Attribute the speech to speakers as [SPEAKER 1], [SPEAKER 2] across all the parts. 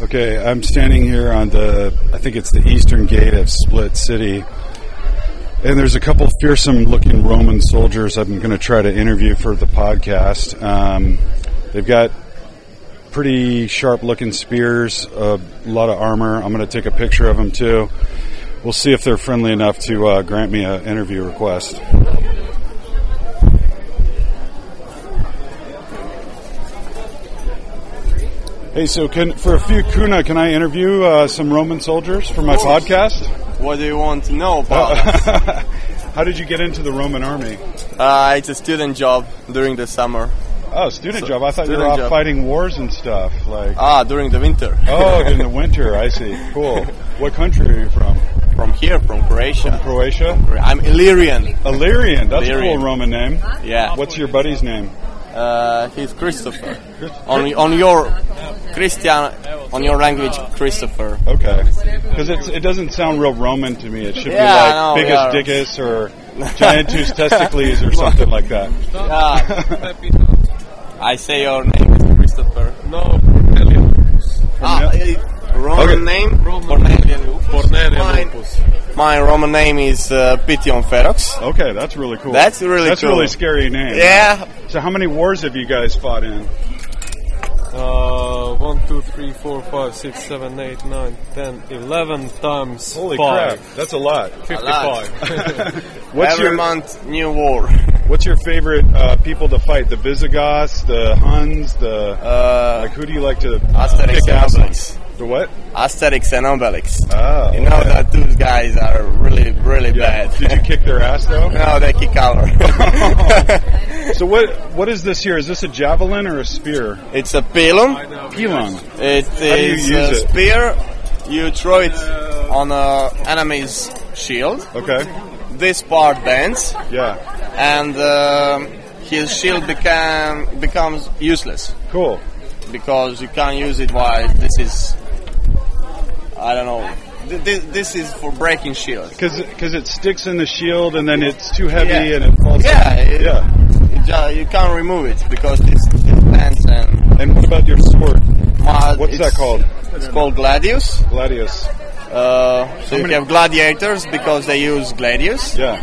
[SPEAKER 1] Okay, I'm standing here on the, I think it's the eastern gate of Split City. And there's a couple fearsome looking Roman soldiers I'm going to try to interview for the podcast. Um, they've got pretty sharp looking spears, a lot of armor. I'm going to take a picture of them too. We'll see if they're friendly enough to uh, grant me an interview request. Hey, so can, for a few kuna, can I interview uh, some Roman soldiers for my
[SPEAKER 2] course.
[SPEAKER 1] podcast?
[SPEAKER 2] What do you want to know about?
[SPEAKER 1] How did you get into the Roman army?
[SPEAKER 2] uh, it's a student job during the summer.
[SPEAKER 1] Oh, student job. I thought you were
[SPEAKER 2] student
[SPEAKER 1] off
[SPEAKER 2] job.
[SPEAKER 1] fighting wars and stuff. Like,
[SPEAKER 2] Ah, during the winter.
[SPEAKER 1] oh, in the winter. I see. Cool. What country are you from?
[SPEAKER 2] From here, from Croatia.
[SPEAKER 1] Croatia.
[SPEAKER 2] I'm Illyrian.
[SPEAKER 1] Illyrian. That's a
[SPEAKER 2] Illyrian.
[SPEAKER 1] cool Roman name.
[SPEAKER 2] Yeah.
[SPEAKER 1] What's your buddy's name?
[SPEAKER 2] Uh, he's Christopher. On on your Christian, on your language, Christopher.
[SPEAKER 1] Okay. Because it doesn't sound real Roman to me. It should
[SPEAKER 2] Yeah, I know,
[SPEAKER 1] be
[SPEAKER 2] yeah.
[SPEAKER 1] like biggest dickus or giantus testicles or something like that.
[SPEAKER 2] Yeah. I say your name is Christopher.
[SPEAKER 3] No, Cornelius.
[SPEAKER 2] Ah, uh, Roman
[SPEAKER 1] Okay.
[SPEAKER 2] name?
[SPEAKER 3] Roman.
[SPEAKER 2] Cornelian Lupus.
[SPEAKER 3] Cornelian
[SPEAKER 2] Mine-
[SPEAKER 3] Lupus.
[SPEAKER 2] My Roman name is uh, Pition Ferox.
[SPEAKER 1] Okay, that's really cool.
[SPEAKER 2] That's really
[SPEAKER 1] That's
[SPEAKER 2] cool.
[SPEAKER 1] really scary name.
[SPEAKER 2] Yeah,
[SPEAKER 1] So how many wars have you guys fought in?
[SPEAKER 3] Uh, 1, 2, 3, 4, 5, 6, 7, 8, 9, 10, 11 times
[SPEAKER 1] Holy
[SPEAKER 3] 5.
[SPEAKER 1] crap, that's a lot.
[SPEAKER 3] 55.
[SPEAKER 1] What's
[SPEAKER 2] every
[SPEAKER 1] your
[SPEAKER 2] month new war.
[SPEAKER 1] What's your favorite uh, people to fight? The Visigoths, the Huns, the
[SPEAKER 2] Uh,
[SPEAKER 1] like. Who do you like to
[SPEAKER 2] Asterix
[SPEAKER 1] kick
[SPEAKER 2] and
[SPEAKER 1] ass on?
[SPEAKER 2] Obelix.
[SPEAKER 1] The what?
[SPEAKER 2] Asterix and Obelix.
[SPEAKER 1] Oh,
[SPEAKER 2] you know that those guys are really, really
[SPEAKER 1] yeah.
[SPEAKER 2] bad.
[SPEAKER 1] Did you kick their ass though?
[SPEAKER 2] no, they kick our.
[SPEAKER 1] so what? What is this here? Is this a javelin or a spear?
[SPEAKER 2] it's a pilum.
[SPEAKER 1] Elon.
[SPEAKER 2] It
[SPEAKER 1] do you
[SPEAKER 2] is
[SPEAKER 1] use
[SPEAKER 2] a
[SPEAKER 1] it?
[SPEAKER 2] spear. You throw it on a enemy's shield.
[SPEAKER 1] Okay.
[SPEAKER 2] This part bends,
[SPEAKER 1] Yeah.
[SPEAKER 2] and um, his shield become becomes useless
[SPEAKER 1] Cool.
[SPEAKER 2] because you can't use it. While this is, I don't know. Th- This, this is for breaking shields.
[SPEAKER 1] Because it sticks in the shield and then it's too heavy
[SPEAKER 2] Yeah.
[SPEAKER 1] and it falls.
[SPEAKER 2] Yeah, it-
[SPEAKER 1] Yeah.
[SPEAKER 2] You, ju- you can't remove it because it's it bends and
[SPEAKER 1] And what about your sword,
[SPEAKER 2] ma-
[SPEAKER 1] What's
[SPEAKER 2] it's-
[SPEAKER 1] that called?
[SPEAKER 2] It's called gladius.
[SPEAKER 1] Gladius?
[SPEAKER 2] Uh, so you
[SPEAKER 1] many-
[SPEAKER 2] have gladiators because they use gladius.
[SPEAKER 1] Yeah.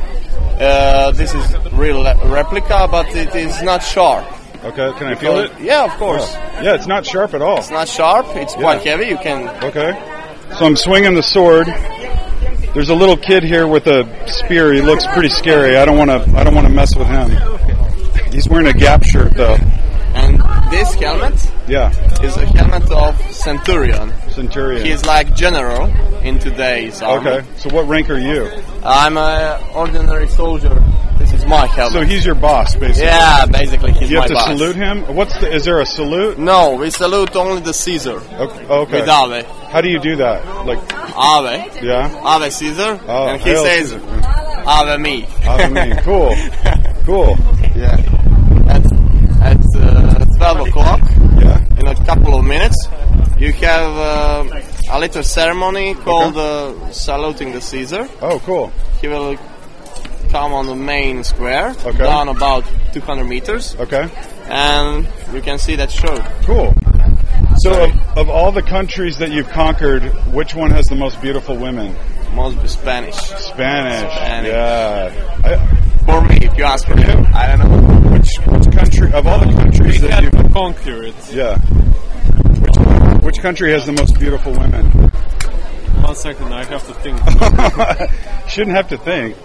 [SPEAKER 2] Uh, this is real le- replica, but it is not sharp.
[SPEAKER 1] Okay. Can I feel it?
[SPEAKER 2] Yeah, of course.
[SPEAKER 1] Yeah. It's not sharp at all.
[SPEAKER 2] It's not sharp. It's quite heavy. You can.
[SPEAKER 1] Okay. So I'm swinging the sword. There's a little kid here with a spear. He looks pretty scary. I don't want to. I don't want to mess with him. He's wearing a Gap shirt though.
[SPEAKER 2] And this helmet
[SPEAKER 1] Yeah,
[SPEAKER 2] is a helmet of centurion.
[SPEAKER 1] Centurion.
[SPEAKER 2] He's like general in today's army.
[SPEAKER 1] okay. So what rank are you?
[SPEAKER 2] I'm a ordinary soldier. This is my helmet.
[SPEAKER 1] So he's your boss, basically.
[SPEAKER 2] yeah, basically he's
[SPEAKER 1] You
[SPEAKER 2] my
[SPEAKER 1] have to
[SPEAKER 2] boss.
[SPEAKER 1] salute him. What's the? Is there a salute?
[SPEAKER 2] No, we salute only the Caesar.
[SPEAKER 1] Okay. okay.
[SPEAKER 2] With Ave.
[SPEAKER 1] How do you do that? Like,
[SPEAKER 2] Ave.
[SPEAKER 1] yeah.
[SPEAKER 2] Ave Caesar.
[SPEAKER 1] Oh,
[SPEAKER 2] and he
[SPEAKER 1] hail
[SPEAKER 2] says,
[SPEAKER 1] Caesar.
[SPEAKER 2] Ave me.
[SPEAKER 1] I mean, cool, cool.
[SPEAKER 2] Yeah. At, at uh, 12 o'clock,
[SPEAKER 1] Yeah.
[SPEAKER 2] in a couple of minutes, you have uh, a little ceremony called uh, Saluting the Caesar.
[SPEAKER 1] Oh, cool.
[SPEAKER 2] He will come on the main square,
[SPEAKER 1] Okay.
[SPEAKER 2] down about 200 meters,
[SPEAKER 1] Okay.
[SPEAKER 2] and you can see that show.
[SPEAKER 1] Cool. So, of, of all the countries that you've conquered, which one has the most beautiful women?
[SPEAKER 2] Must be Spanish.
[SPEAKER 1] Spanish.
[SPEAKER 2] Spanish.
[SPEAKER 1] Yeah. I,
[SPEAKER 2] For me, if you ask for me. I don't know.
[SPEAKER 1] which which country of all the countries
[SPEAKER 3] we
[SPEAKER 1] that
[SPEAKER 3] had
[SPEAKER 1] you
[SPEAKER 3] to conquer it.
[SPEAKER 1] yeah. Which, which country has the most beautiful women?
[SPEAKER 3] One second, I have to think.
[SPEAKER 1] Shouldn't have to think.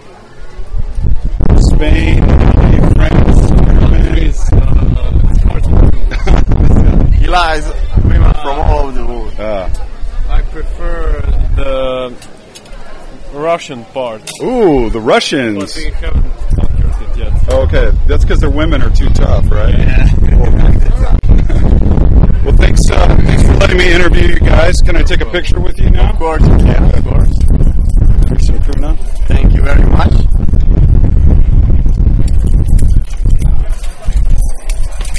[SPEAKER 1] Spain, Italy, France, Germany.
[SPEAKER 3] Please, uh, it's hard to do.
[SPEAKER 2] He lies women from all over the world.
[SPEAKER 1] Uh,
[SPEAKER 3] I prefer the Russian part,
[SPEAKER 1] ooh, the
[SPEAKER 3] but
[SPEAKER 1] Russians.
[SPEAKER 3] we haven't conquered it yet.
[SPEAKER 1] Okay, that's because their women are too tough, right? well, thanks, uh, thanks for letting me interview you guys. Can I take a picture with you now?
[SPEAKER 2] Of course, yeah, of course.
[SPEAKER 1] Here's some crew now.
[SPEAKER 2] Thank you very much.